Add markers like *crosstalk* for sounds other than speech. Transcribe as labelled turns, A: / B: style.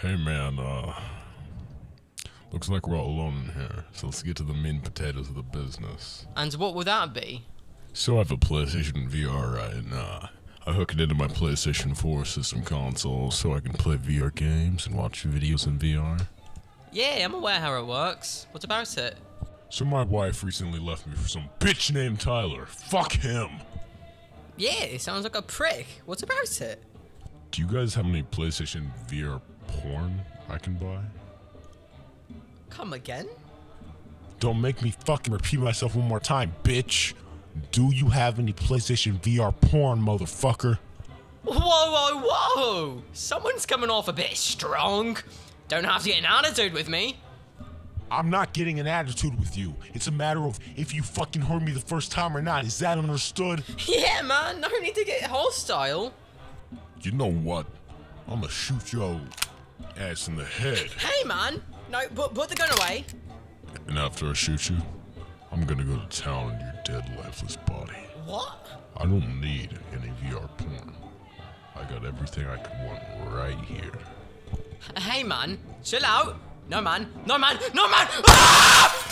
A: hey man, uh, looks like we're all alone in here, so let's get to the mean potatoes of the business.
B: And what will that be?
A: So I have a PlayStation VR right now. I hook it into my PlayStation 4 system console so I can play VR games and watch videos in VR.
B: Yeah, I'm aware how it works. What about it?
A: So my wife recently left me for some bitch named Tyler. Fuck him.
B: Yeah, it sounds like a prick. What about it?
A: Do you guys have any PlayStation VR porn I can buy?
B: Come again?
A: Don't make me fucking repeat myself one more time, bitch. Do you have any PlayStation VR porn, motherfucker?
B: Whoa, whoa, whoa! Someone's coming off a bit strong. Don't have to get an attitude with me.
A: I'm not getting an attitude with you. It's a matter of if you fucking heard me the first time or not. Is that understood?
B: *laughs* Yeah, man, no need to get hostile.
A: You know what? I'm gonna shoot your ass in the head.
B: Hey, man, no, put, put the gun away.
A: And after I shoot you, I'm gonna go to town on your dead, lifeless body.
B: What?
A: I don't need any VR porn. I got everything I could want right here.
B: Hey, man, chill out. No, man, no, man, no, man! Ah!